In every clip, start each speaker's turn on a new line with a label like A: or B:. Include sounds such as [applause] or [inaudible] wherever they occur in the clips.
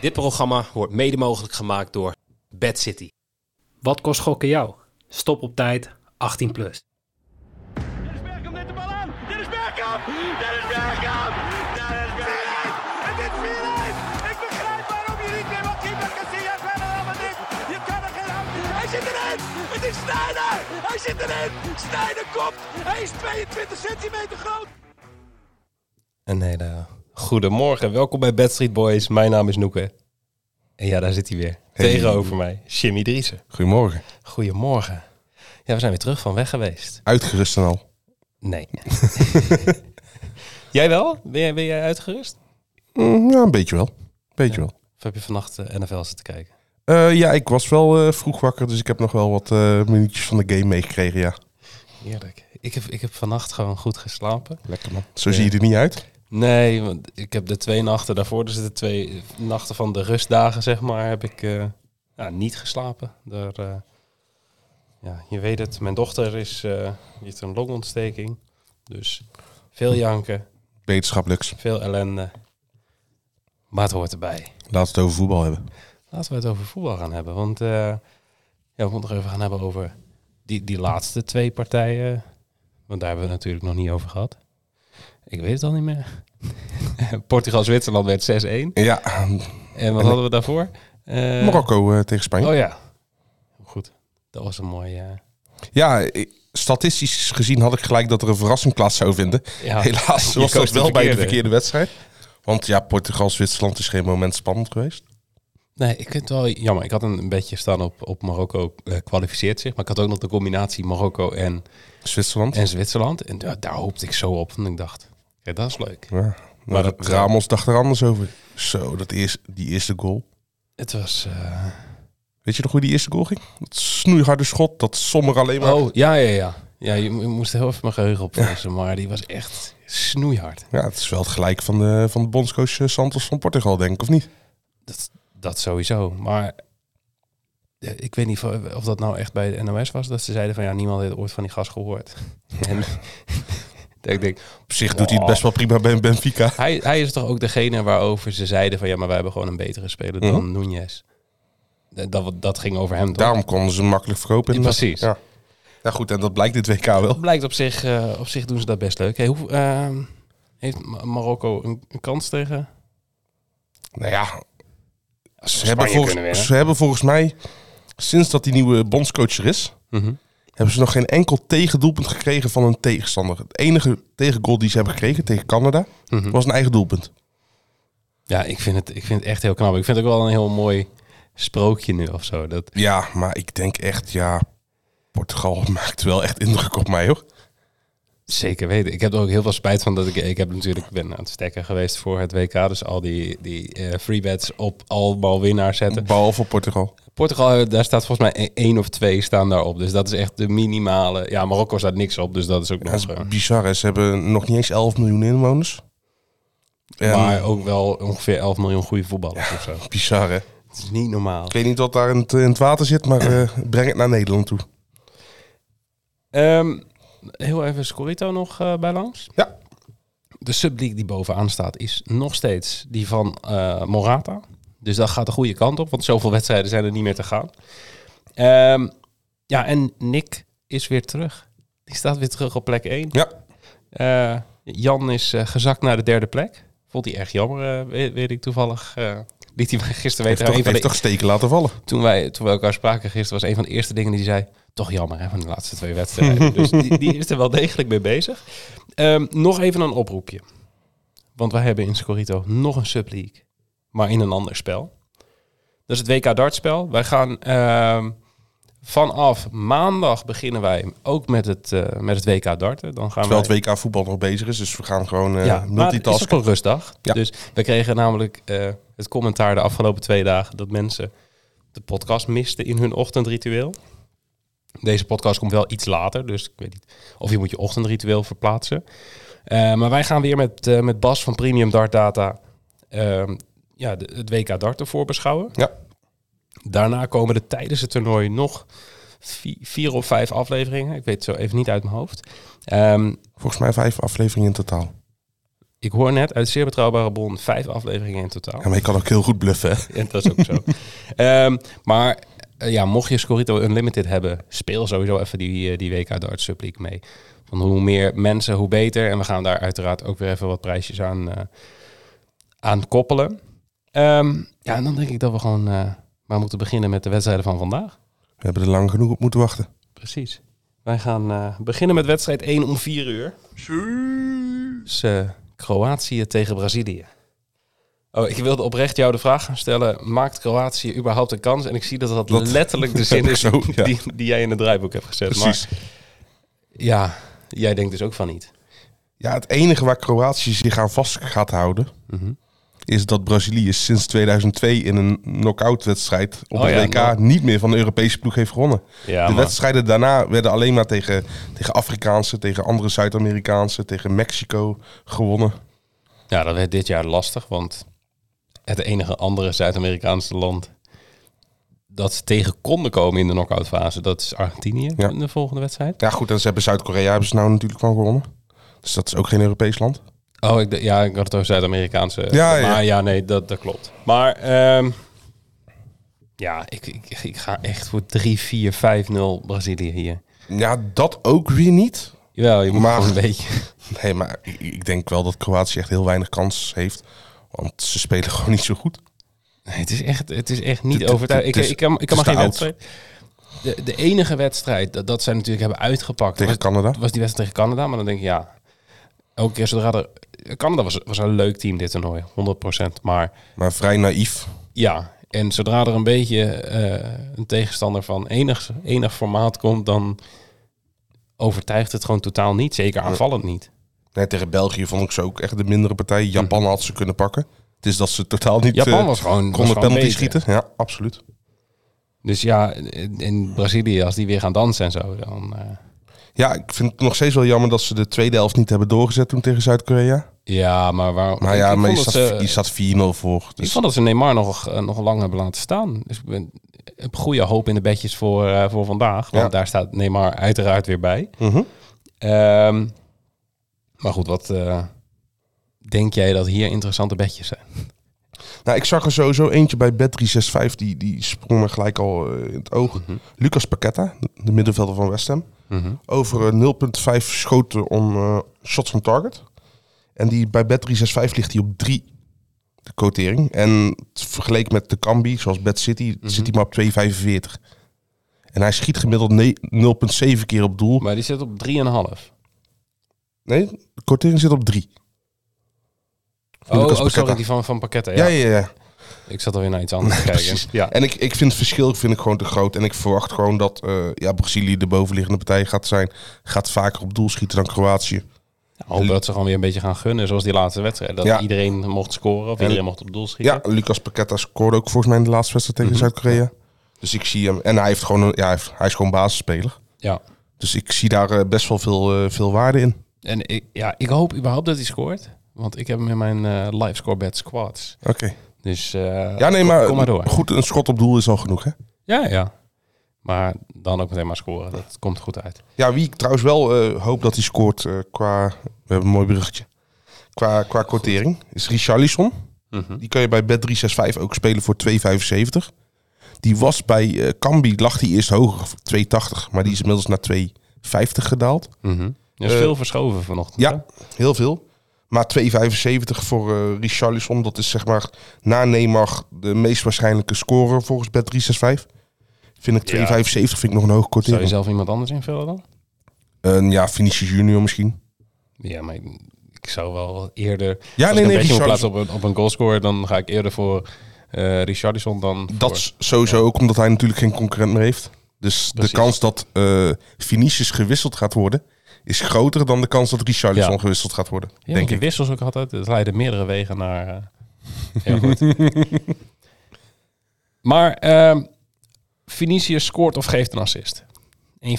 A: Dit programma wordt mede mogelijk gemaakt door Bad City.
B: Wat kost gokken jou? Stop op tijd, 18 plus.
C: Dennis Bergkamp neemt de bal aan. Dennis Bergkamp. Dennis Bergkamp. Dennis Bergkamp. Het is 4-1. Ik begrijp waarom je niet meer wat keeper kan zien. Jij bent allemaal niet. Je kan er geen hand in. Hij zit erin. Het is Sneijder. Hij zit erin. Sneijder komt. Hij is 22 centimeter groot.
D: Een hele goedemorgen. Welkom bij Bad Street Boys. Mijn naam is Noeke. En ja, daar zit hij weer.
E: Hey.
D: Tegenover mij, Jimmy Driessen.
E: Goedemorgen.
D: Goedemorgen. Ja, we zijn weer terug van weg geweest.
E: Uitgerust en al.
D: [laughs] Nee. jij wel? Ben jij, ben jij uitgerust?
E: Mm, ja, een beetje wel. Beetje wel.
D: Of heb je vannacht eh, NFL zitten kijken?
E: Eh, ja, ik was wel eh, vroeg wakker, dus ik heb nog wel wat eh, minuutjes van de game meegekregen, ja.
D: Heerlijk. Ik heb, ik heb vannacht gewoon goed geslapen.
E: Lekker man. Zo zie je er niet uit.
D: Nee, want ik heb de twee nachten daarvoor, dus de twee nachten van de rustdagen, zeg maar, heb ik eh, ja, niet geslapen. Daar, eh, ja, je weet het, mijn dochter is, eh, die heeft een longontsteking. Dus veel janken,
E: Beterschap Lux.
D: veel ellende. Maar het hoort erbij.
E: Laten we het over voetbal hebben.
D: Laten we het over voetbal gaan hebben. Want eh, ja, we moeten het nog even gaan hebben over die, die laatste twee partijen. Want daar hebben we het natuurlijk nog niet over gehad. Ik weet het al niet meer. [laughs] Portugal-Zwitserland werd 6-1.
E: Ja,
D: En wat hadden we daarvoor? Eh,
E: Marokko eh, tegen Spanje.
D: Oh ja. Goed. Dat was een mooie... eh,
E: Ja, eh, statistisch gezien had ik gelijk dat er een verrassing plaats zou vinden.
D: ja.
E: Helaas
D: Je
E: was
D: koos
E: dat
D: de
E: wel bij de
D: verkeerde.
E: verkeerde wedstrijd. Want ja, Portugal-Zwitserland is geen moment spannend geweest.
D: Nee, ik vind het wel jammer. Ik had een beetje staan op, op Marokko eh, kwalificeert zich. Maar ik had ook nog de combinatie Marokko en,
E: Zwitserland.
D: en Zwitserland. En daar, daar hoopte ik zo op. En ik dacht, ja, dat is leuk.
E: Ja. Maar
D: dat-
E: Ramos dacht er anders over. Zo, dat eerst, die eerste goal.
D: Het was... eh,
E: Weet je nog hoe die eerste goal ging? Dat snoeiharde schot, dat sommer alleen maar...
D: Oh, ja, ja, ja. Ja, je mo- je moest heel even mijn geheugen opfrissen. Maar die was echt snoeihard.
E: Ja, het is wel het gelijk van de, van de bondscoach eh, Santos van Portugal, denk ik, of niet?
D: Dat, dat sowieso. Maar eh, ik weet niet of of dat nou echt bij de NOS was. Dat ze zeiden van ja, niemand heeft ooit van die gast gehoord. [laughs] en dat ik denk,
E: Op zich doet
D: Oh.
E: hij het best wel prima bij Benfica.
D: hij, hij is toch ook degene waarover ze zeiden van ja, maar wij hebben gewoon een betere speler dan
E: Mhm.
D: Nunez. Dat, dat, dat ging over hem toch?
E: Daarom konden ze hem makkelijk verkopen.
D: Ja,
E: inderdaad.
D: precies.
E: Ja. ja, goed, en dat blijkt dit WK wel.
D: Blijkt op zich, eh, op zich doen ze dat best leuk. Hey, hoe, ehm, heeft Ma- Marokko een, een kans tegen?
E: Nou ja, ze
D: Spanje
E: hebben,
D: kunnen
E: volgens,
D: winnen.
E: ze hebben volgens mij, sinds dat die nieuwe bondscoach er is,
D: Mhm.
E: hebben ze nog geen enkel tegendoelpunt gekregen van een tegenstander. Het enige tegengoal die ze hebben gekregen tegen Canada,
D: Mhm.
E: was een eigen doelpunt.
D: Ja, ik vind, het, ik vind het echt heel knap. Ik vind het ook wel een heel mooi sprookje nu of zo. Dat,
E: Ja, maar ik denk echt, ja, Portugal [laughs] maakt wel echt indruk op mij, hoor.
D: zeker weten. Ik heb er ook heel veel spijt van dat ik... Ik heb natuurlijk, ik ben aan het stekken geweest voor het WK. Dus al die, die eh, free bets op allemaal winnaars zetten.
E: Behalve Portugal.
D: Portugal, eh, daar staat volgens mij e- één of twee staan daarop. Dus dat is echt de minimale... Ja, Marokko staat niks op, dus dat is ook
E: Ja,
D: nog...
E: dat
D: eh,
E: is bizar. hè. Ze hebben nog niet eens 11 miljoen inwoners. En
D: maar ook wel ongeveer 11 miljoen goede voetballers of zo.
E: bizar, hè?
D: Het is niet normaal.
E: Ik weet niet wat daar in het, in het water zit, maar eh,
D: [clears throat]
E: breng het naar Nederland toe.
D: Ehm, heel even Scorito nog eh, bij langs.
E: Ja.
D: De subleague die bovenaan staat is nog steeds die van eh, Morata. Dus dat gaat de goede kant op, want zoveel wedstrijden zijn er niet meer te gaan. Ehm, ja, en Nick is weer terug. Die staat weer terug op plek 1.
E: Ja.
D: Eh, Jan is eh, gezakt naar de derde plek. Vond hij erg jammer, eh, weet, weet ik toevallig. eh liet hij mij gisteren
E: Heeft
D: weten.
E: toch,
D: Een van
E: heeft
D: de-
E: toch steken laten vallen.
D: toen, wij, toen we elkaar spraken gisteren, was een van de eerste dingen die hij zei... toch jammer hè, van de laatste twee
E: [laughs]
D: wedstrijden. dus die, die is er wel degelijk mee bezig. Ehm, nog even een oproepje. Want wij hebben in Scorito nog een subleague, maar in een ander spel. Dat is het WK dartspel. Wij gaan ehm, vanaf maandag beginnen wij ook met het, eh, met het WK darten. Dan gaan
E: Terwijl
D: wij...
E: het WK voetbal nog bezig is, dus we gaan gewoon eh
D: Ja, maar het is
E: multitasken.
D: ook een rustdag.
E: Ja.
D: Dus we kregen namelijk eh, het commentaar de afgelopen twee dagen dat mensen de podcast misten in hun ochtendritueel. Deze podcast komt wel iets later, dus ik weet niet of je moet je ochtendritueel verplaatsen. Eh, maar wij gaan weer met, eh, met Bas van Premium Dart Data ehm, ja, de- het WK darten voorbeschouwen.
E: Ja.
D: Daarna komen er tijdens het toernooi nog vi- vier of vijf afleveringen. Ik weet het zo even niet uit mijn hoofd. Ehm,
E: Volgens mij vijf afleveringen in totaal.
D: Ik hoor net uit zeer betrouwbare bron vijf afleveringen in totaal.
E: Ja, maar je kan ook heel goed bluffen. hè?
D: En dat is ook zo. Ehm, maar eh, ja, mocht je Scorito Unlimited hebben, speel sowieso even die, eh, die week uit de Arts Sub League mee. Want hoe meer mensen, hoe beter. En we gaan daar uiteraard ook weer even wat prijsjes aan, eh, aan koppelen. Ehm, ja, en dan denk ik dat we gewoon eh, maar moeten beginnen met de wedstrijden van vandaag.
E: We hebben er lang genoeg op moeten wachten.
D: Precies. Wij gaan eh, beginnen met wedstrijd 1 om 4 uur. Dus, eh, Kroatië tegen Brazilië. Oh, ik wilde oprecht jou de vraag gaan stellen. Maakt Kroatië überhaupt een kans? En ik zie dat dat,
E: Dat
D: letterlijk
E: [laughs]
D: de
E: heb
D: zin
E: ik
D: is
E: zo, ja.
D: die, die jij in het draaiboek hebt gezet.
E: Precies.
D: Maar, ja, jij denkt dus ook van niet.
E: Ja, het enige waar Kroatië zich aan vast gaat houden...
D: Mhm.
E: is dat Brazilië sinds 2002 in een knock-out wedstrijd op
D: Oh
E: het
D: ja,
E: WK...
D: nou.
E: niet meer van de Europese ploeg heeft gewonnen.
D: Ja,
E: de
D: maar,
E: wedstrijden daarna werden alleen maar tegen, tegen Afrikaanse... tegen andere Zuid-Amerikaanse, tegen Mexico gewonnen.
D: ja, dat werd dit jaar lastig, want het enige andere Zuid-Amerikaanse land dat ze tegen konden komen in de knock-outfase, dat is Argentinië
E: Ja.
D: in de volgende wedstrijd.
E: Ja goed, en ze hebben Zuid-Korea hebben ze nou natuurlijk van gewonnen. Dus dat is ook geen Europees land.
D: Oh, ik, d- ja, ik had het over Zuid-Amerikaanse.
E: Ja,
D: maar
E: ja.
D: ja, nee, dat, dat klopt. Maar ehm, ja, ik, ik, ik ga echt voor 3, 4, 5, 0 Brazilië hier.
E: Ja, dat ook weer niet.
D: Jawel, je moet
E: Maar-
D: gewoon een beetje...
E: Nee, maar ik- ik denk wel dat Kroatië echt heel weinig kans heeft. Want ze spelen [laughs] gewoon niet zo goed.
D: Nee, het is echt, het is echt
E: Het-
D: niet
E: het-
D: overtuigend. Ik,
E: het is-
D: ik kan, ik kan maar
E: het is
D: geen
E: te
D: wedstrijd... De, de enige wedstrijd dat, dat zij natuurlijk hebben uitgepakt...
E: Tegen
D: was,
E: Canada.
D: was die wedstrijd tegen Canada, maar dan denk ik, ja... Elke keer zodra er... Canada was, was een leuk team dit toernooi, 100%. Maar
E: Maar vrij naïef.
D: Ja, en zodra er een beetje eh, een tegenstander van enig, enig formaat komt, dan overtuigt het gewoon totaal niet. Zeker aanvallend niet.
E: Nee, tegen België vond ik ze ook echt de mindere partij. Japan had ze kunnen pakken. Het is dat ze totaal niet
D: Mhm. Japan
E: eh,
D: was gewoon. was
E: konden
D: gewoon
E: penalty
D: beter.
E: schieten. Ja, absoluut.
D: Dus ja, in- in Brazilië, als die weer gaan dansen en zo, dan. eh,
E: Ja, ik vind het nog steeds wel jammer dat ze de tweede helft niet hebben doorgezet toen tegen Zuid-Korea.
D: ja, maar waar.
E: Maar
D: ik-
E: ja,
D: ik
E: maar je
D: vond dat
E: staat,
D: ze-
E: je staat 4-0 voor.
D: Ik
E: Dus
D: vond dat ze Neymar nog, eh, nog lang hebben laten staan. Dus ik ben, ik heb goede hoop in de bedjes voor, eh, voor vandaag. Want
E: Ja.
D: daar staat Neymar uiteraard weer bij.
E: Mhm.
D: Ehm, maar goed, wat eh, denk jij dat hier interessante bedjes zijn?
E: Nou, ik zag er sowieso eentje bij Bet365, die, die sprong me gelijk al eh, in het oog.
D: Mhm.
E: Lucas Paquetta, de middenvelder van West Ham. Over eh, 0,5 schoten om eh, shots on target. En die, bij Bet365 ligt hij op 3, de quotering. En het vergeleken met de Cambi, zoals Bet City,
D: Mhm.
E: zit hij maar op 2,45. En hij schiet gemiddeld ne- 0,7 keer op doel.
D: Maar die zit op 3,5.
E: Nee, de quotering zit op 3.
D: Oh,
E: Lucas
D: oh, sorry,
E: Paqueta.
D: die van, van pakketten. Ja.
E: Ja, ja, ja.
D: Ik zat alweer naar
E: [laughs]
D: iets anders te kijken.
E: Precies.
D: Ja.
E: En ik, ik vind het verschil vind ik gewoon te groot. En ik verwacht gewoon dat eh, ja, Brazilië de bovenliggende partij gaat zijn. Gaat vaker op doel schieten dan Kroatië.
D: Hoop dat ze gewoon weer een beetje gaan gunnen, zoals die laatste wedstrijd. Dat
E: Ja.
D: iedereen mocht scoren of iedereen mocht op doel schieten.
E: Ja, Lucas Paqueta scoorde ook volgens mij in de laatste wedstrijd tegen Zuid-Korea. Dus ik zie hem. En hij, heeft gewoon een, ja, hij, heeft- hij is gewoon basisspeler.
D: Ja.
E: Dus ik zie daar eh, best wel veel, eh, veel waarde in.
D: En ik, ja, ik hoop überhaupt dat hij scoort. Want ik heb hem in mijn eh, live score bet squads.
E: Oké.
D: Dus eh,
E: Ja, nee,
D: kom-
E: maar,
D: kom maar door.
E: goed, een schot op doel is al genoeg, hè?
D: Ja, ja. Maar dan ook meteen maar scoren. Dat komt goed uit.
E: Ja, wie ik trouwens wel eh, hoop dat hij scoort eh, qua... We hebben een mooi bruggetje. Qua, qua quotering is Richarlison.
D: Mhm.
E: Die kun je bij Bet365 ook spelen voor 2,75. Die was bij eh, Cambi, lag die eerst hoger, 2,80. Maar die is inmiddels naar 2,50 gedaald.
D: Er is
E: Eh,
D: Dus veel verschoven vanochtend.
E: Ja, heel veel. Maar 2,75 voor eh Richarlison, dat is zeg maar na Neymar de meest waarschijnlijke scorer volgens Bet365. Vind ik 2,75 vind ik nog een hoge
D: Zou je
E: quotering.
D: zelf iemand anders invullen dan?
E: Eh, ja, Vinicius Junior misschien.
D: Ja, maar ik, ik zou wel eerder...
E: Ja,
D: als
E: nee,
D: ik
E: nee,
D: een beetje moet
E: Richarlison.
D: plaatsen op een, op een goalscorer, dan ga ik eerder voor eh Richardson dan
E: Dat
D: voor...
E: is sowieso ook omdat hij natuurlijk geen concurrent meer heeft. Dus
D: Precies.
E: de kans dat eh Vinicius gewisseld gaat worden... is groter dan de kans dat Richarlison
D: Ja.
E: gewisseld gaat worden.
D: Ja,
E: denk
D: denk
E: ik.
D: wissels ook altijd. Het leiden meerdere wegen naar... [laughs] eh, heel goed. [laughs] maar ehm Vinicius scoort of geeft een assist. 1,75.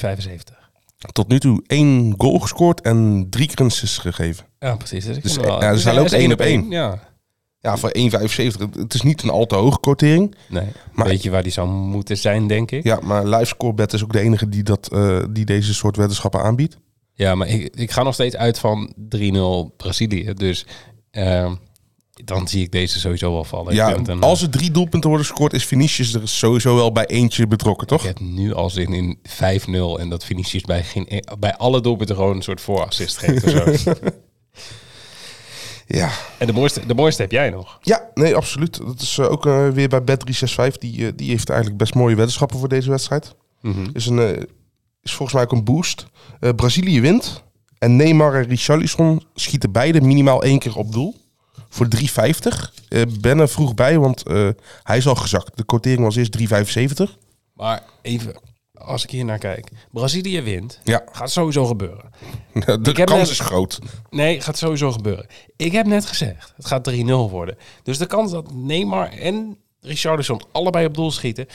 E: Tot nu toe één goal gescoord en drie keer een assist gegeven.
D: Ja, precies. Dus, ik
E: Dus,
D: vind hem
E: eh, ja, dus hij loopt
D: is
E: één op één.
D: Ja.
E: Ja, voor 1,75. Het is niet een al te hoge quotering.
D: Nee,
E: Maar-
D: weet je waar die zou moeten zijn, denk ik?
E: Ja, maar LiveScoreBet is ook de enige die, dat, eh, die deze soort weddenschappen aanbiedt.
D: Ja, maar ik, ik ga nog steeds uit van 3-0 Brazilië. Dus ehm, dan zie ik deze sowieso wel vallen. Ik
E: Ja,
D: vind het een-
E: als er drie doelpunten worden gescoord, is Vinicius er sowieso wel bij eentje betrokken, toch?
D: Ik heb nu al zin in 5-0 en dat Vinicius bij, geen, e- bij alle doelpunten gewoon een soort voorassist geeft. of
E: [laughs]
D: zo.
E: Ja,
D: en de mooiste, de mooiste heb jij nog.
E: ja nee, absoluut. Dat is eh, ook eh, weer bij Bet365. Die, eh, die heeft eigenlijk best mooie weddenschappen voor deze wedstrijd.
D: Mhm.
E: Is, een, eh, is volgens mij ook een boost. Eh, Brazilië wint. En Neymar en Richarlison schieten beide minimaal één keer op doel. Voor 3,50. Eh ben er vroeg bij, want eh, hij is al gezakt. De quotering was eerst 3,75. [laughs]
D: Maar even, als ik hier naar kijk. Brazilië wint.
E: Ja.
D: Gaat sowieso gebeuren.
E: De
D: Ik heb
E: kans
D: net-
E: is groot.
D: Nee, gaat sowieso gebeuren. Ik heb net gezegd, het gaat 3-0 worden. Dus de kans dat Neymar en Richarlison allebei op doel schieten...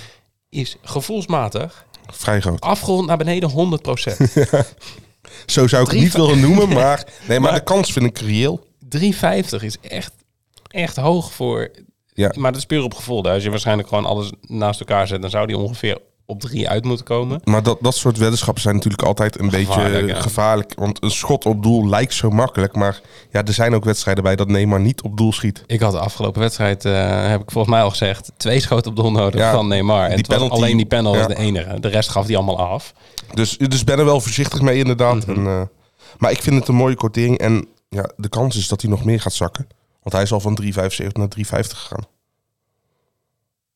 D: is gevoelsmatig
E: Vrij groot.
D: afgerond naar beneden 100%.
E: [laughs] Zo zou ik het
D: Drie
E: niet
D: van-
E: willen
D: [laughs]
E: noemen, maar, nee, maar,
D: Maar-
E: de kans vind ik reëel.
D: 3,50 is echt, echt hoog voor.
E: Ja.
D: Maar dat is puur op gevoel. hè. Als je waarschijnlijk gewoon alles naast elkaar zet, dan zou die ongeveer op 3 uit moeten komen.
E: Maar dat, dat soort weddenschappen zijn natuurlijk altijd een
D: Gevaarlijk,
E: beetje
D: ja.
E: gevaarlijk. Want een schot op doel lijkt zo makkelijk. Maar ja, er zijn ook wedstrijden bij dat Neymar niet op doel schiet.
D: Ik had de afgelopen wedstrijd, eh, heb ik volgens mij al gezegd, twee schoten op doel nodig
E: Ja,
D: van Neymar. En
E: die
D: het was
E: penalty-
D: alleen die panel
E: ja.
D: was de enige. De rest gaf die allemaal af.
E: Dus, dus ben er wel voorzichtig mee
D: Mhm.
E: inderdaad. en, eh, maar ik vind het een mooie kortering. En ja, de kans is dat hij nog meer gaat zakken. Want hij is al van 3,75 naar 3,50 gegaan.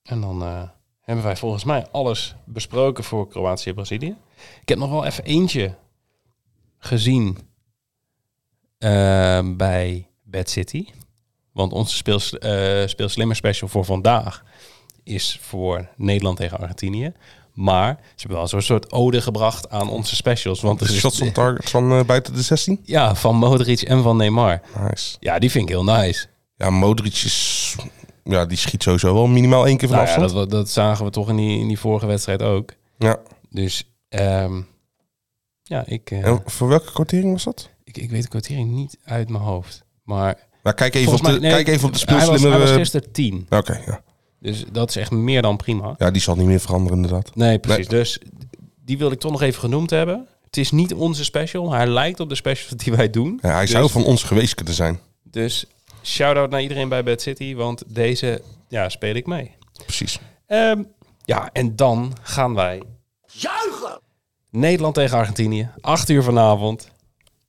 D: En dan eh, hebben wij volgens mij alles besproken voor Kroatië en Brazilië. Ik heb nog wel even eentje gezien eh, bij Bad City. Want onze speel, eh, speel slimmer special voor vandaag is voor Nederland tegen Argentinië. Maar ze hebben wel zo'n soort ode gebracht aan onze specials. Want er
E: Dus
D: is-
E: shots on target van eh, buiten de 16.
D: ja, van Modric en van Neymar.
E: Nice.
D: Ja, die vind ik heel nice.
E: Ja, Modric is... Ja, die schiet sowieso wel minimaal één keer van
D: Nou ja,
E: afstand.
D: dat, wa- dat zagen we toch in die, in die vorige wedstrijd ook.
E: Ja.
D: Dus ehm, ja, ik, eh,
E: En voor welke kortering was dat?
D: ik, ik weet de kwartering niet uit mijn hoofd. Maar
E: Nou, kijk even, op
D: volgens
E: de,
D: mij- nee,
E: kijk even op de
D: hij was,
E: speelslimme...
D: hij was gisteren 10.
E: Oké, ja.
D: Dus dat is echt meer dan prima.
E: ja. Die zal niet meer veranderen inderdaad.
D: Nee, precies. Dus die wil ik toch nog even genoemd hebben. Het is niet onze special. Hij lijkt op de specials die wij doen.
E: Ja, hij
D: dus,
E: zou van ons geweest kunnen zijn.
D: Dus shout-out naar iedereen bij Bad City. Want deze ja, speel ik mee.
E: Precies.
D: Ehm, ja, en dan gaan wij... Juichen! Nederland tegen Argentinië. 8 uur vanavond.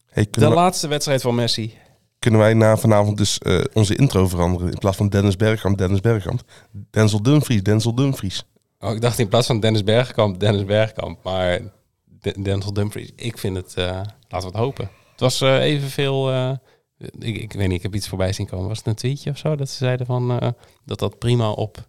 E: Hey,
D: De
E: kunnen, wij,
D: laatste wedstrijd van Messi.
E: kunnen wij na vanavond dus eh, onze intro veranderen? In plaats van Dennis Bergkamp, Dennis Bergkamp. Denzel Dumfries, Denzel Dumfries.
D: Oh, ik dacht in plaats van Dennis Bergkamp, Dennis Bergkamp. Maar De- Denzel Dumfries, ik vind het... eh, laten we het hopen. Het was eh, evenveel... eh, ik, ik weet niet, ik heb iets voorbij zien komen. Was het een tweetje of zo? Dat ze zeiden van, eh, dat dat prima op...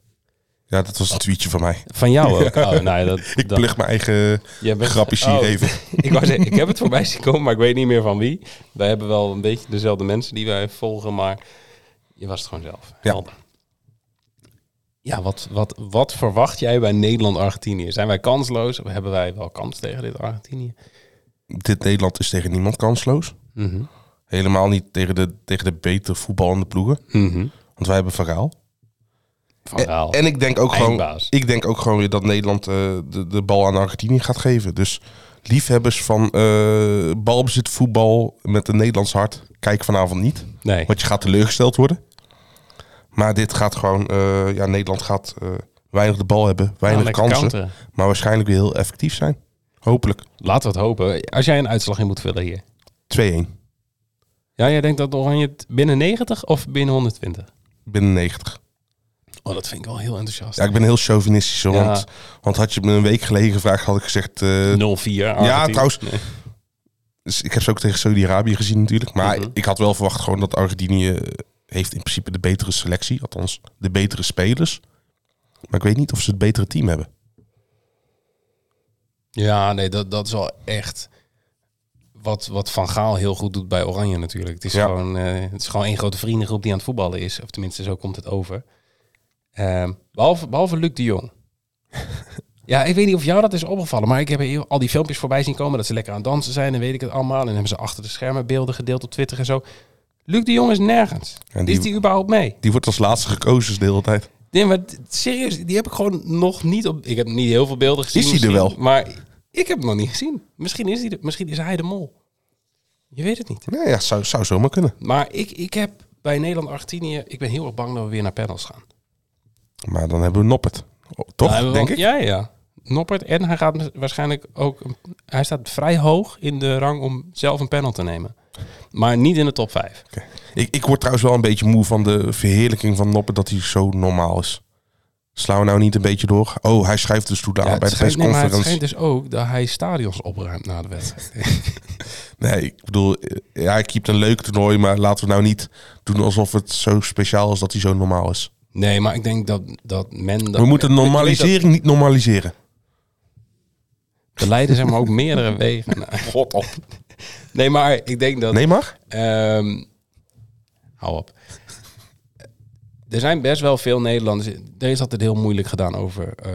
E: Ja, dat was een tweetje van mij.
D: Van jou
E: [laughs]
D: ook? Oh, nee, dat,
E: Ik
D: dat-
E: plug mijn eigen
D: Jij bent-
E: grapjes hier
D: Oh.
E: even.
D: [laughs] ik, wou zeggen, ik heb het voorbij zien komen, maar ik weet niet meer van wie. Wij hebben wel een beetje dezelfde mensen die wij volgen, maar je was het gewoon zelf.
E: Ja.
D: Helder. Ja, wat, wat, wat verwacht jij bij Nederland-Argentinië? Zijn wij kansloos? Of hebben wij wel kans tegen dit Argentinië?
E: Dit Nederland is tegen niemand kansloos. Helemaal niet tegen de, tegen de beter voetballende ploegen.
D: Mhm.
E: Want wij hebben verhaal.
D: Van Gaal.
E: En ik denk ook gewoon,
D: Eindbaas.
E: ik denk ook gewoon weer dat Nederland eh, de, de bal aan Argentinië gaat geven. Dus liefhebbers van eh, balbezit voetbal met een Nederlands hart, kijk vanavond niet.
D: nee.
E: Want je gaat teleurgesteld worden. Maar dit gaat gewoon, eh, ja, Nederland gaat eh, weinig de bal hebben, weinig
D: Nou, lekker
E: kansen.
D: counteren.
E: Maar waarschijnlijk weer heel effectief zijn. Hopelijk. 2-1.
D: Laten we het hopen. Als jij een uitslag in moet vullen hier. Ja, jij denkt dat Oranje het binnen 90 of binnen 120?
E: Binnen 90.
D: Oh, dat vind ik wel heel enthousiast.
E: Ja, ik ben heel chauvinistisch. hoor,
D: Ja.
E: Want, want had je me een week geleden gevraagd, had ik gezegd... eh,
D: 0-4.
E: Ja,
D: Argentinië.
E: trouwens. Dus ik heb ze ook tegen Saudi-Arabië gezien natuurlijk. Maar
D: Mhm.
E: ik had wel verwacht gewoon dat Argentinië eh, heeft in principe de betere selectie. Althans, de betere spelers. Maar ik weet niet of ze het betere team hebben.
D: Ja, nee, dat, dat is wel echt wat, wat Van Gaal heel goed doet bij Oranje natuurlijk. Het is,
E: Ja.
D: gewoon, eh, het is gewoon één grote vriendengroep die aan het voetballen is. Of tenminste, zo komt het over. Ehm, behalve, behalve Luc de
E: [laughs]
D: Jong. ja, ik weet niet of jou dat is opgevallen, maar ik heb heel- al die filmpjes voorbij zien komen dat ze lekker aan het dansen zijn en weet ik het allemaal. En hebben ze achter de schermen beelden gedeeld op Twitter en zo. Luc de Jong is nergens.
E: En die-
D: Is die überhaupt mee?
E: Die wordt als laatste gekozen de hele tijd.
D: Nee, maar t- serieus, die heb ik gewoon nog niet op. Ik heb niet heel veel beelden gezien.
E: Is hij er
D: misschien,
E: wel?
D: Maar ik heb hem nog niet gezien. Misschien is hij, er- misschien is hij de mol. Je weet het niet.
E: Nou ja, zou, zou zomaar kunnen.
D: Maar ik, ik heb bij Nederland-Argentinië... Ik ben heel erg bang dat we weer naar panels gaan.
E: Maar dan hebben we Noppert. Oh, toch,
D: Nou,
E: denk
D: want-
E: ik?
D: Ja, ja. Noppert. En hij gaat mis- waarschijnlijk ook... een- Hij staat vrij hoog in de rang om zelf een panel te nemen. Maar niet in de top 5.
E: ik. Ik word trouwens wel een beetje moe van de verheerlijking van Noppert dat hij zo normaal is. Slaan we nou niet een beetje door? Oh, hij schrijft dus toen aan bij de
D: maar het
E: persconferentie.
D: schijnt dus ook dat hij stadions opruimt na de wedstrijd.
E: Nee, ik bedoel, eh, ja, hij keept een leuk toernooi, maar laten we nou niet doen alsof het zo speciaal is dat hij zo normaal is.
D: Nee, maar ik denk dat, dat men... Dat,
E: we moeten
D: ik weet dat-
E: normalisering niet normaliseren.
D: Er leiden zeg maar ook meerdere wegen.
E: [laughs]
D: God op. Nee, maar ik denk dat...
E: Nee, maar?
D: Ehm, hou op. Er zijn best wel veel Nederlanders. Er is altijd heel moeilijk gedaan over eh,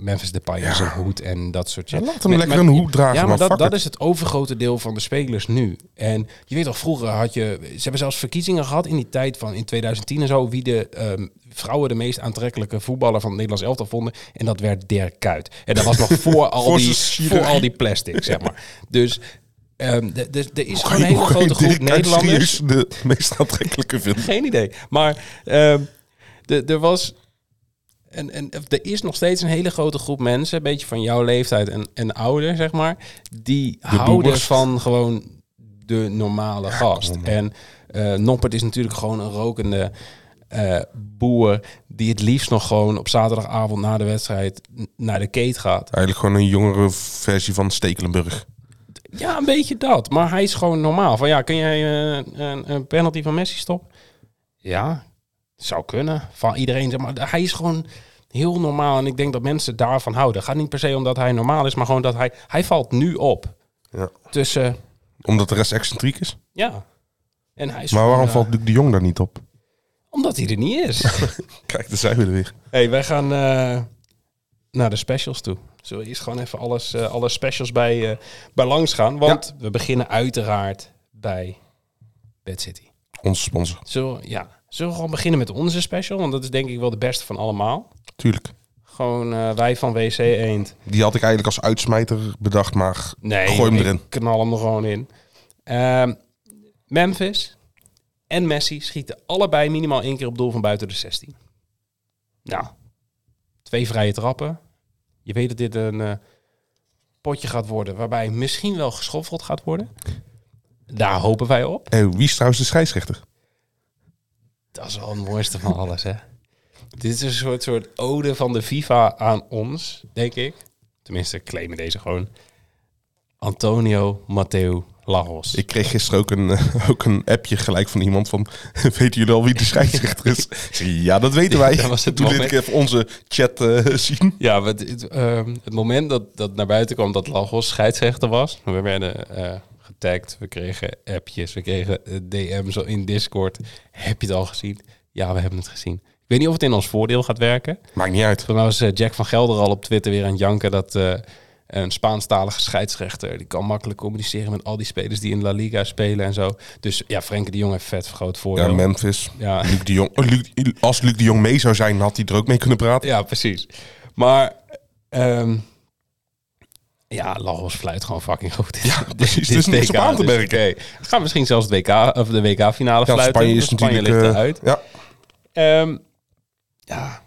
D: Memphis Depay en zijn hoed en dat soort dingen.
E: laat hem lekker een hoed dragen,
D: Ja,
E: man.
D: maar dat,
E: Fuck
D: dat
E: it.
D: is het overgrote deel van de spelers nu. En je weet toch, vroeger had je... Ze hebben zelfs verkiezingen gehad in die tijd van in 2010 en zo... wie de ehm, vrouwen de meest aantrekkelijke voetballer van het Nederlands elftal vonden. En dat werd Dirk Kuyt. En dat was
E: [laughs]
D: nog voor al,
E: Voor
D: die,
E: zijn chirurgie.
D: voor al die plastic, zeg maar. Dus... ehm, de- de- er is gewoon
E: Hoe
D: een hele
E: ga je
D: grote groep
E: Dirk Kuyt
D: Nederlanders.
E: serieus de meest aantrekkelijke vinden.
D: Geen idee. Maar ehm, de- er was. En, en er is nog steeds een hele grote groep mensen, een beetje van jouw leeftijd en, en ouder, zeg maar, die houden
E: boomers.
D: van gewoon de normale gast. En eh, Noppert is natuurlijk gewoon een rokende eh, boer die het liefst nog gewoon op zaterdagavond na de wedstrijd n- naar de keet gaat.
E: Eigenlijk gewoon een jongere versie van Stekelenburg.
D: Ja, een beetje dat. Maar hij is gewoon normaal. Van ja, kun jij eh, een, een penalty van Messi stoppen? Ja, zou kunnen. Van iedereen. Zeg maar hij is gewoon heel normaal. En ik denk dat mensen daarvan houden. Gaat niet per se omdat hij normaal is, maar gewoon dat hij... Hij valt nu op.
E: Ja.
D: Tussen...
E: Omdat de rest excentriek is.
D: Ja. En hij is
E: Maar
D: gewoon,
E: waarom
D: eh,
E: valt Luc de Jong daar niet op?
D: Omdat hij er niet is.
E: [laughs] Kijk, daar zijn we er weer.
D: hey, wij gaan eh, naar de specials toe. Zullen we eerst gewoon even alles, eh, alle specials bij, eh, bij langs gaan? Want we beginnen uiteraard bij Bad City.
E: Onze sponsor.
D: Zullen we, ja. Zullen we gewoon beginnen met onze special? Want dat is denk ik wel de beste van allemaal.
E: Tuurlijk.
D: Gewoon eh, wij van WC Eend.
E: Die had ik eigenlijk als uitsmijter bedacht, maar
D: Nee,
E: gooi hem
D: ik
E: erin.
D: knal hem er gewoon in. Ehm, Memphis en Messi schieten allebei minimaal één keer op doel van buiten de 16. Nou, twee vrije trappen. Je weet dat dit een eh, potje gaat worden waarbij misschien wel geschoffeld gaat worden. Daar hopen wij op.
E: Hé, eh, wie is trouwens de scheidsrechter?
D: Dat is wel het mooiste van alles, hè? Dit is een soort, soort ode van de FIFA aan ons, denk ik. Tenminste, claimen deze gewoon. Antonio Matteo Lagos.
E: Ik kreeg gisteren ook een, eh, ook een appje gelijk van iemand van... [laughs] Weten jullie al wie de scheidsrechter is? Ik zeg, ja, dat weten wij.
D: Dat was het
E: [laughs] Toen liet ik
D: moment.
E: even onze chat eh, zien.
D: Ja, want het, ehm, het moment dat, dat naar buiten kwam dat Lagos scheidsrechter was. We werden eh, getagd, we kregen appjes, we kregen eh, DM's in Discord. Heb je het al gezien? Ja, we hebben het gezien. Ik weet niet of het in ons voordeel gaat werken.
E: Maakt niet uit.
D: Toen was eh, Jack van Gelder al op Twitter weer aan het janken dat eh, een Spaanstalige scheidsrechter, die kan makkelijk communiceren met al die spelers die in La Liga spelen en zo. Dus ja, Frenkie de Jong heeft vet groot
E: Ja,
D: voordeel. Ja,
E: Memphis.
D: ja, [laughs]
E: Luc de Jong. oh, Luc- als Luc de Jong mee zou zijn, had hij er ook mee kunnen praten.
D: precies. Maar ehm, ja, Lagos fluit gewoon fucking goed. [laughs] Ja,
E: precies. Dus niks op aan te merken.
D: Gaan misschien zelfs het WK of de WK-finale
E: Ja,
D: fluiten.
E: Spanje is
D: want Spanje
E: natuurlijk...
D: ligt
E: eh,
D: eruit.
E: ja,
D: Ehm, ja,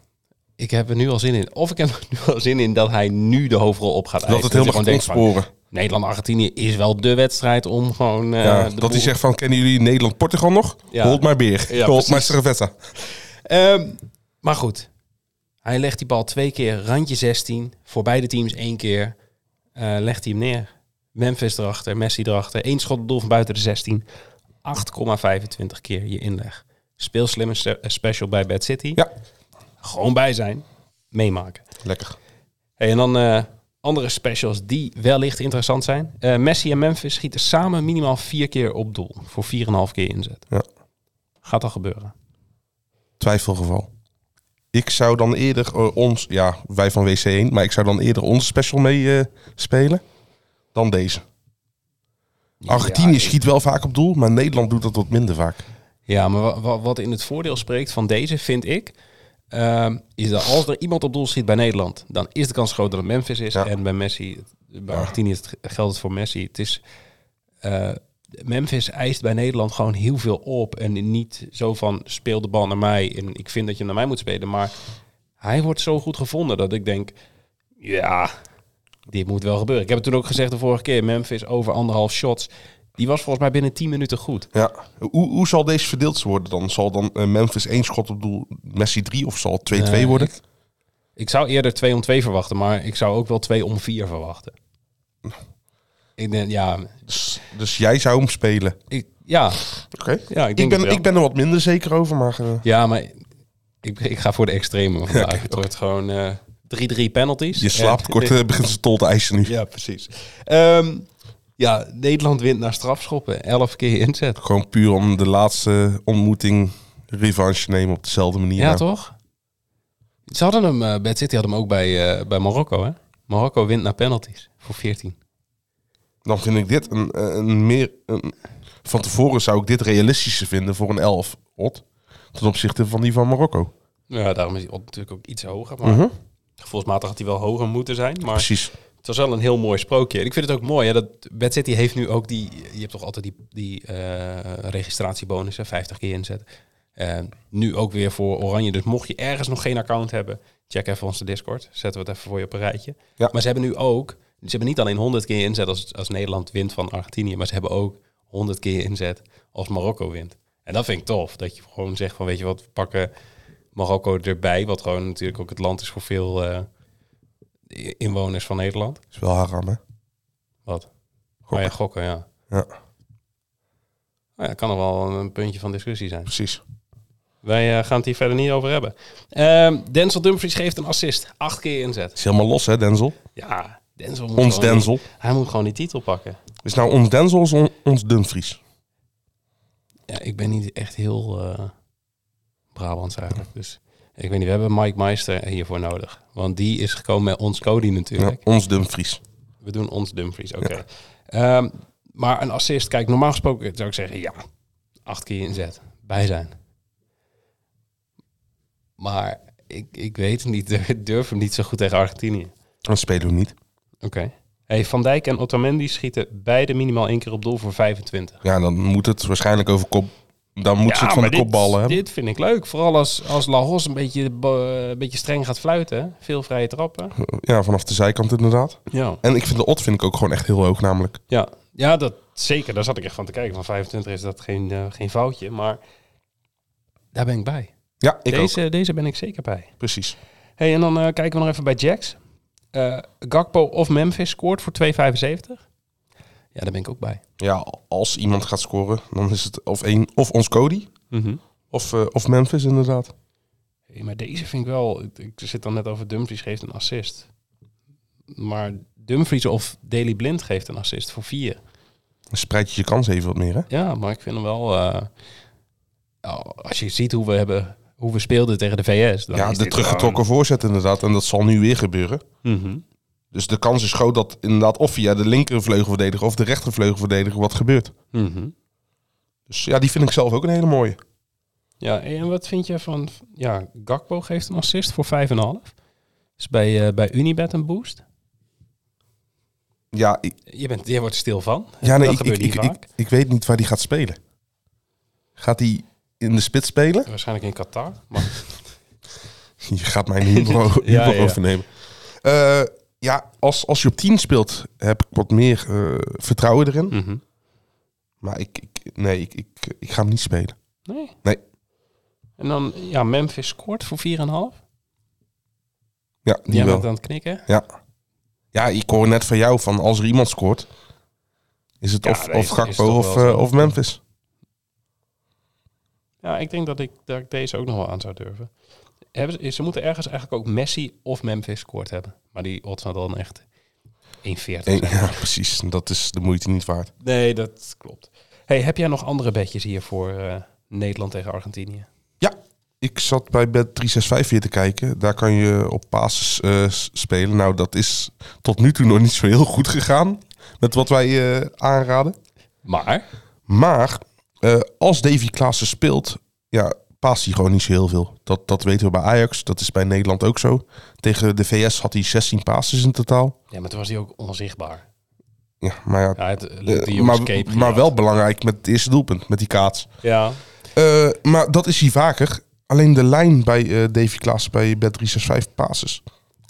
D: ik heb er nu al zin in. Of ik heb er nu al zin in dat hij nu de hoofdrol op gaat
E: dat
D: eisen.
E: het heel
D: ik
E: erg
D: gewoon
E: gaat
D: denk van,
E: ontsporen.
D: Nederland-Argentinië is wel de wedstrijd om gewoon... eh,
E: Ja,
D: de
E: dat hij
D: boel-
E: zegt van, kennen jullie Nederland-Portugal nog?
D: Ja.
E: Holt maar beer.
D: Ja,
E: Holt maar
D: precies.
E: Cerveza.
D: Ehm, maar goed, hij legt die bal twee keer, randje 16. Voor beide teams één keer eh, legt hij hem neer. Memphis erachter, Messi erachter. Eén schot op doel van buiten de 16. 8,25 keer je inleg. Speel slimme se- special bij Bad City.
E: Ja.
D: Gewoon bij zijn. Meemaken.
E: Lekker.
D: Hey, en dan eh, andere specials die wellicht interessant zijn. Eh, Messi en Memphis schieten samen minimaal vier keer op doel. Voor 4,5 keer inzet.
E: Ja.
D: Gaat dat gebeuren?
E: Twijfelgeval. Ik zou dan eerder eh, ons, ja, wij van WC1, maar ik zou dan eerder onze special mee eh, spelen dan deze. Argentinië
D: Ja,
E: schiet wel vaak op doel, maar Nederland doet dat wat minder vaak.
D: Ja, maar wa- wa- wat in het voordeel spreekt van deze, vind ik... ehm, is dat als er iemand op doel schiet bij Nederland... dan is de kans groot dat het Memphis is.
E: Ja.
D: En bij Messi, bij Argentinië het geldt het voor Messi. Het is eh, Memphis eist bij Nederland gewoon heel veel op. En niet zo van speel de bal naar mij en ik vind dat je hem naar mij moet spelen. Maar hij wordt zo goed gevonden dat ik denk, ja, dit moet wel gebeuren. Ik heb het toen ook gezegd de vorige keer, Memphis over anderhalf shots. Die was volgens mij binnen 10 minuten goed.
E: Ja. Hoe, hoe zal deze verdeeld worden dan? Zal dan eh, Memphis één schot op doel, Messi drie of zal het 2-2
D: Nee,
E: worden?
D: Ik zou eerder 2 om 2 verwachten, maar ik zou ook wel 2 om 4 verwachten. Ik denk, ja,
E: Dus, dus jij zou hem spelen.
D: ik, ja,
E: Oké.
D: ja, ik denk
E: Ik,
D: het
E: ben,
D: wel.
E: ik ben er wat minder zeker over, maar... eh,
D: Ja, maar ik, ik ga voor de
E: [laughs]
D: extreme vandaag. het wordt gewoon eh, 3-3 penalties.
E: je slaapt
D: En- [laughs]
E: kort, eh, begint ze tol te eisen nu.
D: Ja, precies. Ehm, ja, Nederland wint naar strafschoppen. 11 keer inzet.
E: Gewoon puur om de laatste ontmoeting revanche te nemen op dezelfde manier.
D: Ja,
E: Nou,
D: toch? Ze hadden hem, eh Bad City had hem ook bij, eh, bij Marokko, hè? Marokko wint naar penalties voor 14.
E: Dan vind ik dit een, eh, een meer... Een, van tevoren zou ik dit realistischer vinden voor een 11 odd. Ten opzichte van die van Marokko.
D: Ja, daarom is hij op- natuurlijk ook iets hoger. Maar
E: Mhm.
D: gevoelsmatig had hij wel hoger moeten zijn. Maar
E: Precies.
D: Het was wel een heel mooi sprookje. En ik vind het ook mooi. Hè, dat Bad City heeft nu ook die... Je hebt toch altijd die, die eh, registratiebonussen. 50 keer inzetten. Eh, nu ook weer voor Oranje. Dus mocht je ergens nog geen account hebben... check even onze Discord. Zetten we het even voor je op een rijtje.
E: Ja.
D: Maar ze hebben nu ook... Ze hebben niet alleen 100 keer inzet als, als Nederland wint van Argentinië. Maar ze hebben ook 100 keer inzet als Marokko wint. En dat vind ik tof. Dat je gewoon zegt van... Weet je wat, we pakken Marokko erbij. Wat gewoon natuurlijk ook het land is voor veel... eh, inwoners van Nederland.
E: is wel haram, hè?
D: Wat?
E: Gokken.
D: Oh ja, gokken, ja.
E: Ja.
D: Nou ja, kan er wel een puntje van discussie zijn.
E: Precies.
D: Wij eh, gaan het hier verder niet over hebben. Ehm, Denzel Dumfries geeft een assist. Acht keer inzet.
E: Is helemaal los, hè, Denzel?
D: Ja, Denzel moet
E: Ons
D: gewoon
E: Denzel.
D: die- hij moet gewoon die titel pakken.
E: Is nou ons Denzel of on- ons Dumfries?
D: Ja, ik ben niet echt heel eh Brabants eigenlijk. Dus ik weet niet, we hebben Mike Meister hiervoor nodig. Want die is gekomen met ons Cody
E: Ja,
D: natuurlijk.
E: ons Dumfries.
D: We doen ons Dumfries, oké. Ehm, maar een assist, kijk, normaal gesproken zou ik zeggen, ja, acht keer inzet, bij zijn. Maar ik, ik weet het niet, [laughs] ik durf hem niet zo goed tegen Argentinië.
E: Dan spelen we niet.
D: Oké. Hey, Van Dijk en Otamendi schieten beide minimaal één keer op doel voor 25.
E: Ja, dan moet het waarschijnlijk over kop... Dan moet ze het van
D: maar
E: de
D: dit-
E: kopballen hebben.
D: Dit vind ik leuk, vooral als, als Lahos een beetje, eh, een beetje streng gaat fluiten. hè. Veel vrije trappen.
E: Ja, vanaf de zijkant inderdaad.
D: Ja.
E: En ik vind de odd vind ik ook gewoon echt heel hoog namelijk.
D: Ja, ja dat, zeker. Daar zat ik echt van te kijken. Van 25 is dat geen, eh, geen foutje. Maar daar ben ik bij.
E: Ja, ik ook.
D: Deze, deze ben ik zeker bij.
E: Precies.
D: Hey, en dan eh, kijken we nog even bij Jax. Eh, Gakpo of Memphis scoort voor 2,75. Ja, daar ben ik ook bij.
E: Ja, als iemand gaat scoren, dan is het of, één, of ons Cody of, eh, of Memphis inderdaad.
D: Mhm. Hey, maar deze vind ik wel... Ik, ik zit dan net over Dumfries geeft een assist. Maar Dumfries of Daily Blind geeft een assist voor 4.
E: Dan spreid je je kans even wat meer, hè?
D: Ja, maar ik vind hem wel. eh, nou, als je ziet hoe we hebben. Hoe we speelden tegen de VS. Dan
E: ja,
D: is
E: de
D: dit
E: teruggetrokken voorzet inderdaad. En dat zal nu weer gebeuren.
D: gewoon- Mhm.
E: Dus de kans is groot dat inderdaad of via de linkervleugelverdediger of de rechtervleugelverdediger wat gebeurt.
D: Mhm.
E: Dus ja, die vind ik zelf ook een hele mooie.
D: Ja, en wat vind je van. Ja, Gakpo geeft een assist voor 5,5. Is bij, eh, bij Unibet een boost.
E: Ja, ik,
D: Je, bent, je wordt er stil van.
E: ja
D: dat
E: nee, ik, ik,
D: gebeurt
E: ik,
D: niet vaak.
E: ik, ik weet niet waar die gaat spelen. Gaat hij in de spits spelen? [laughs]
D: Waarschijnlijk in Qatar. Maar
E: Je gaat mijn
D: [laughs]
E: humor, humor
D: Ja, ja, ja.
E: overnemen. Eh, ja, als, als je op 10 speelt, heb ik wat meer eh, vertrouwen erin.
D: Mhm.
E: Maar ik, ik, nee, ik, ik, ik ga hem niet spelen.
D: nee.
E: Nee.
D: En dan, ja, Memphis scoort voor 4,5.
E: Ja, die
D: Jij
E: wel.
D: bent aan het knikken.
E: Ja. ja, ik hoor net van jou van als er iemand scoort, is het
D: Ja,
E: of,
D: nee,
E: of
D: is- is toch
E: Gakpo
D: wel
E: of,
D: zo.
E: eh, of Memphis.
D: Ja, ik denk dat ik, dat ik deze ook nog wel aan zou durven. Hebben ze, ze moeten ergens eigenlijk ook Messi of Memphis scoort hebben. Maar die odds zijn dan echt 1,40.
E: Nee,
D: zijn.
E: Eh, ja, precies. Dat is de moeite niet waard.
D: Nee, dat klopt. Hey, heb jij nog andere bedjes hier voor eh, Nederland tegen Argentinië?
E: Ja, ik zat bij bed 365 weer te kijken. Daar kan je op basis eh, s- spelen. Nou, dat is tot nu toe nog niet zo heel goed gegaan met wat wij eh, aanraden.
D: Maar,
E: Maar eh, als Davy Klaassen speelt, ja, paast hij gewoon niet zo heel veel. Dat, dat weten we bij Ajax, dat is bij Nederland ook zo. Tegen de VS had hij 16 passes in totaal.
D: ja, maar toen was hij ook onzichtbaar.
E: Ja, maar ja.
D: Ja, het lukt die
E: eh,
D: jongens
E: maar,
D: cape
E: maar
D: gedaan.
E: wel belangrijk met het eerste doelpunt, met die kaats.
D: Ja.
E: Eh, maar dat is hier vaker. Alleen de lijn bij eh, Davy Klaas bij Bet365 passes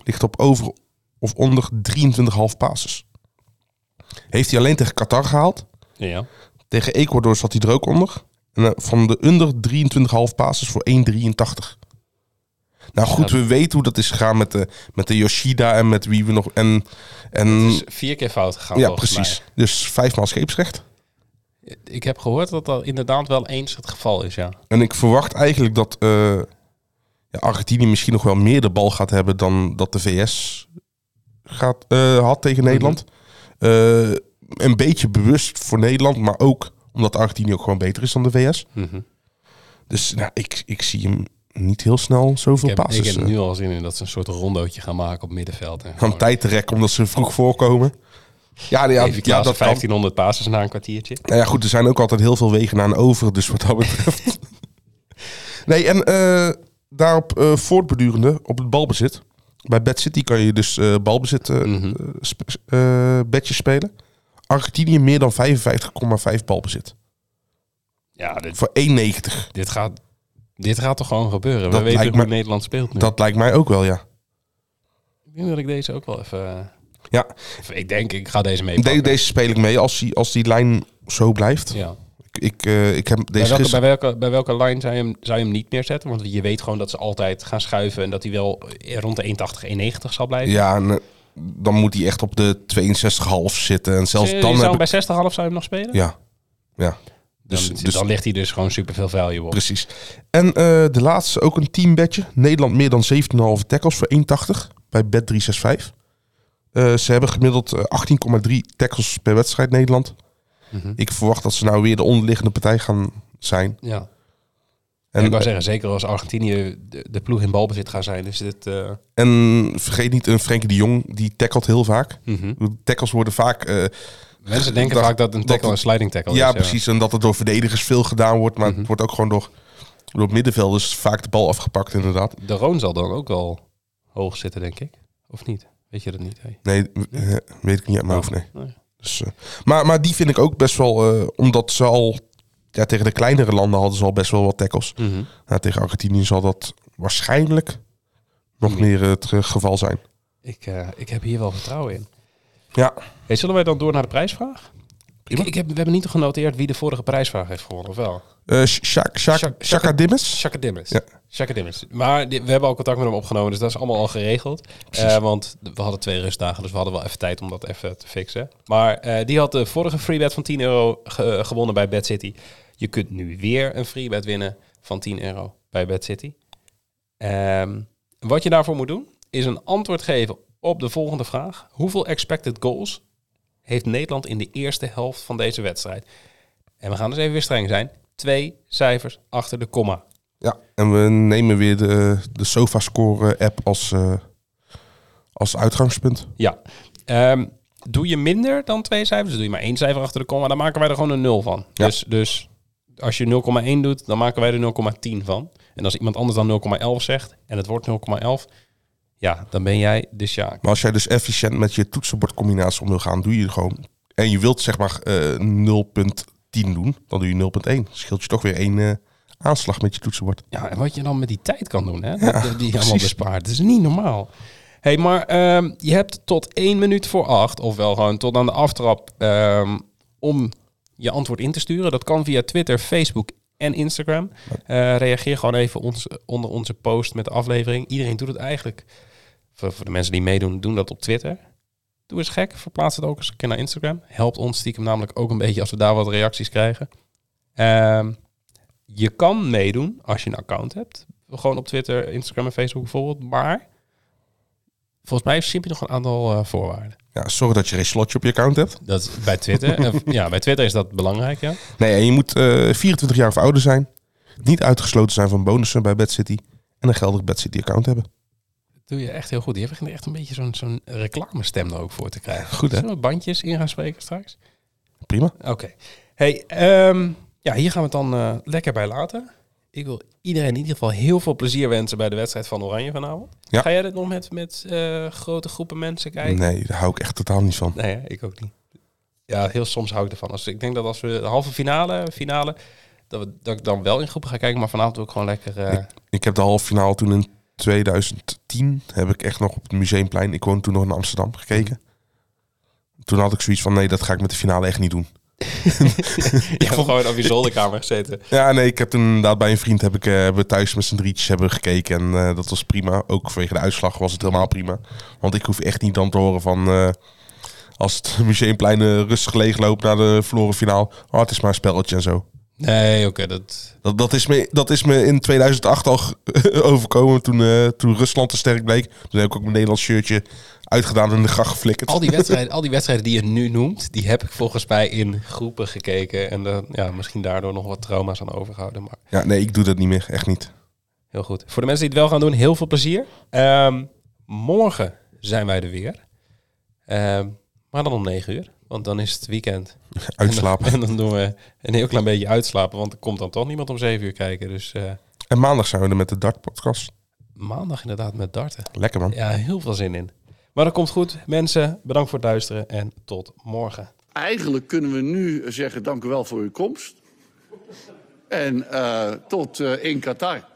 E: ligt op over of onder 23,5 passes. Heeft hij alleen tegen Qatar gehaald.
D: Ja.
E: Tegen Ecuador zat hij er ook onder. En, eh, van de onder 23,5 passes voor 1,83. Nou goed, we weten hoe dat is gegaan met de, met de Yoshida en met wie we nog... En, en,
D: Dus vier keer fout gegaan.
E: Mm. ja,
D: volgens
E: precies. Dus vijfmaal scheepsrecht.
D: mij. Ik heb gehoord dat dat inderdaad wel eens het geval is, ja.
E: En ik verwacht eigenlijk dat eh, ja, Argentinië misschien nog wel meer de bal gaat hebben dan dat de VS gaat, eh, had tegen
D: Mhm.
E: Nederland. Eh, een beetje bewust voor Nederland, maar ook omdat Argentinië ook gewoon beter is dan de VS.
D: Mhm.
E: Dus nou, ik, ik zie hem niet heel snel
D: Ik
E: zoveel
D: heb, ik
E: passes.
D: heb
E: eh,
D: nu al zin in dat ze een soort rondootje gaan maken op middenveld. En
E: Gaan
D: gewoon
E: tijd te rekken omdat ze vroeg voorkomen. Ja, ja,
D: even
E: ja dat kan.
D: 1500 passes na een kwartiertje.
E: Nou ja, goed, er zijn ook altijd heel veel wegen naar een over, dus wat dat betreft. [laughs] nee, en eh, daarop eh, voortbedurende op het balbezit. Bij Bad City kan je dus eh, balbezit eh eh, sp- eh, bedjes spelen. Argentinië meer dan 55,5 balbezit.
D: Ja, dit,
E: Voor 1,90.
D: dit, gaat, dit gaat toch gewoon gebeuren?
E: Dat
D: We weten
E: lijkt
D: hoe
E: me-
D: Nederland speelt nu.
E: Dat lijkt mij ook wel, ja.
D: Ik denk dat ik deze ook wel even...
E: Ja,
D: of Ik denk, ik ga deze mee.
E: de- deze speel ik mee als die, als die lijn zo blijft.
D: Ja.
E: Ik, ik, eh, ik heb
D: Bij
E: deze
D: welke, bij,
E: gisteren...
D: welke, bij welke line zou je, hem, zou je hem niet meer zetten? Want je weet gewoon dat ze altijd gaan schuiven en dat hij wel eh, rond de 1,80, 1,90 zal blijven.
E: Ja, en, eh, dan moet hij echt op de 62,5 zitten. En zelfs
D: Zou Eh, je-
E: dan
D: zou
E: heb
D: hem
E: ik...
D: bij 60 half zou je hem nog spelen?
E: Ja, ja.
D: Dus,
E: Dus,
D: dan,
E: dus
D: dan ligt hij dus gewoon super veel value op.
E: Precies. En eh, de laatste, ook een teambedje. Nederland meer dan 17,5 tackles voor 1,80 bij Bet365. Eh, ze hebben gemiddeld eh, 18,3 tackles per wedstrijd Nederland. Ik verwacht dat ze nou weer de onderliggende partij gaan zijn.
D: Ja. En,
E: En,
D: ik wou zeggen, zeker als Argentinië de, de ploeg in balbezit gaan zijn, is dit... eh,
E: Mhm. en vergeet niet, een Frenkie de Jong, die tackelt heel vaak. Tackles worden vaak... eh, [laughs]
D: Mensen denken
E: dat-
D: vaak dat een tackle
E: dat-
D: een sliding tackle is.
E: ja, Mhm. precies. En dat het door verdedigers veel gedaan wordt. Maar het wordt ook gewoon door, door middenvelders vaak de bal afgepakt, inderdaad.
D: De Roon zal dan ook wel hoog zitten, denk ik. Of niet? Weet je dat niet? Hey. Oh,
E: Nee, eh, weet ik niet uit mijn hoofd, nee.
D: Nee.
E: Dus, eh, maar, maar die vind ik ook best wel, eh, omdat ze al ja, tegen de kleinere landen hadden ze al best wel wat tackles. Nou, tegen Argentinië zal dat waarschijnlijk nog meer eh, het eh, geval zijn.
D: Ik, eh, ik heb hier wel vertrouwen in.
E: Ja,
D: Hey, zullen wij dan door naar de prijsvraag? Ik,
E: Prima.
D: ik heb, we hebben niet genoteerd wie de vorige prijsvraag heeft gewonnen, of wel?
E: Eh, Sha- Sha- Sha-
D: Shaq-
E: Shaka Dimmers.
D: Shaka Dimmers.
E: Ja.
D: Shaka Dimmers. Maar die- we hebben al contact met hem opgenomen, dus dat is allemaal al geregeld. Eh, want we hadden twee rustdagen, dus we hadden wel even tijd om dat even te fixen. Maar eh, die had de vorige freebet van 10 euro ge- eh, gewonnen bij Bad City. Je kunt nu weer een freebet winnen van 10 euro bij Bad City. Ehm, wat je daarvoor moet doen, is een antwoord geven op de volgende vraag. Hoeveel expected goals heeft Nederland in de eerste helft van deze wedstrijd? En we gaan dus even weer streng zijn. Twee cijfers achter de komma.
E: Ja, en we nemen weer de, de Sofascore-app als, eh, als uitgangspunt.
D: Ja. Ehm, doe je minder dan twee cijfers, dus doe je maar één cijfer achter de komma, dan maken wij er gewoon een 0 van.
E: Ja.
D: Dus, dus als je 0,1 doet, dan maken wij er 0,10 van. En als iemand anders dan 0,11 zegt en het wordt 0,11, ja, dan ben jij de Sjaak.
E: Maar als jij dus efficiënt met je toetsenbordcombinatie om wil gaan, doe je er gewoon. En je wilt zeg maar eh 0.10 doen, dan doe je 0.1. Scheelt je toch weer één eh, aanslag met je toetsenbord.
D: Ja, en wat je dan met die tijd kan doen, hè? Dat- die je allemaal
E: precies.
D: bespaart. Dat is niet normaal. hey, maar ehm, je hebt tot 1 minuut voor 8, ofwel gewoon tot aan de aftrap, ehm, om je antwoord in te sturen. Dat kan via Twitter, Facebook en Instagram. Eh, reageer gewoon even ons, onder onze post met de aflevering. Iedereen doet het eigenlijk. Voor, voor de mensen die meedoen, doen dat op Twitter. Doe eens gek, verplaats het ook eens een keer naar Instagram. Helpt ons stiekem namelijk ook een beetje als we daar wat reacties krijgen. Ehm je kan meedoen als je een account hebt. Gewoon op Twitter, Instagram en Facebook bijvoorbeeld. Maar volgens mij simpel nog een aantal eh, voorwaarden.
E: Ja, zorg dat je geen slotje op je account hebt.
D: Dat is bij Twitter. [laughs] eh, ja, bij Twitter is dat belangrijk, ja.
E: Nee, en je moet eh, 24 jaar of ouder zijn. Niet uitgesloten zijn van bonussen bij Bad City. En een geldig Bad City account hebben.
D: doe je echt heel goed. Je begint er echt een beetje zo'n zo'n reclamestem er ook voor te krijgen.
E: Goed, hè?
D: Zullen we bandjes in gaan spreken straks?
E: Prima.
D: Oké. Hey, ehm, ja, hier gaan we het dan eh, lekker bij laten. Ik wil iedereen in ieder geval heel veel plezier wensen bij de wedstrijd van Oranje vanavond.
E: Ja.
D: Ga jij dit nog met, met eh, grote groepen mensen kijken?
E: Nee, daar hou ik echt totaal niet van.
D: Nee, hè, ik ook niet. Ja, heel soms hou ik ervan. Als, ik denk dat als we de halve finale, finale, dat, we, dat ik dan wel in groepen ga kijken. Maar vanavond ook gewoon lekker... [laughs] eh,
E: Ik heb de halve finale toen in 2010 heb ik echt nog op het museumplein. Ik woonde toen nog in Amsterdam gekeken. Toen had ik zoiets van nee, dat ga ik met de finale echt niet doen.
D: ik heb gewoon op je zolderkamer gezeten.
E: Ja, nee, ik heb toen inderdaad bij een vriend heb ik, eh, hebben we thuis met z'n drietjes hebben we gekeken. En eh, dat was prima. Ook vanwege de uitslag was het helemaal prima. Want ik hoef echt niet dan te horen van eh, als het [laughs] museumplein eh, rustig leeg loopt naar de verloren finale. Oh, het is maar een spelletje en zo.
D: Nee, oké, dat...
E: Dat, dat, is me, dat is me in 2008 al [laughs] ge- overkomen toen, eh, toen Rusland te sterk bleek. Toen heb ik ook mijn Nederlands shirtje uitgedaan en in de gracht geflikkerd.
D: Al die, wedstrijden, al die wedstrijden die je nu noemt, die heb ik volgens mij in groepen gekeken. En dan, ja, misschien daardoor nog wat trauma's aan overgehouden. Maar
E: Ja, nee, ik doe dat niet meer. Echt niet.
D: heel goed. Voor de mensen die het wel gaan doen, heel veel plezier. Ehm, morgen zijn wij er weer. Ehm, maar dan om negen uur. Want dan is het weekend.
E: Uitslapen.
D: En dan, doen we een heel klein beetje uitslapen. Want er komt dan toch niemand om zeven uur kijken. Dus eh,
E: En maandag zijn we er met de Dart podcast.
D: maandag inderdaad met darten.
E: Lekker man.
D: Ja, heel veel zin in. Maar dat komt goed. Mensen, bedankt voor het luisteren. En tot morgen.
F: Eigenlijk kunnen we nu zeggen: dank u wel voor uw komst. En eh, tot eh, in Qatar.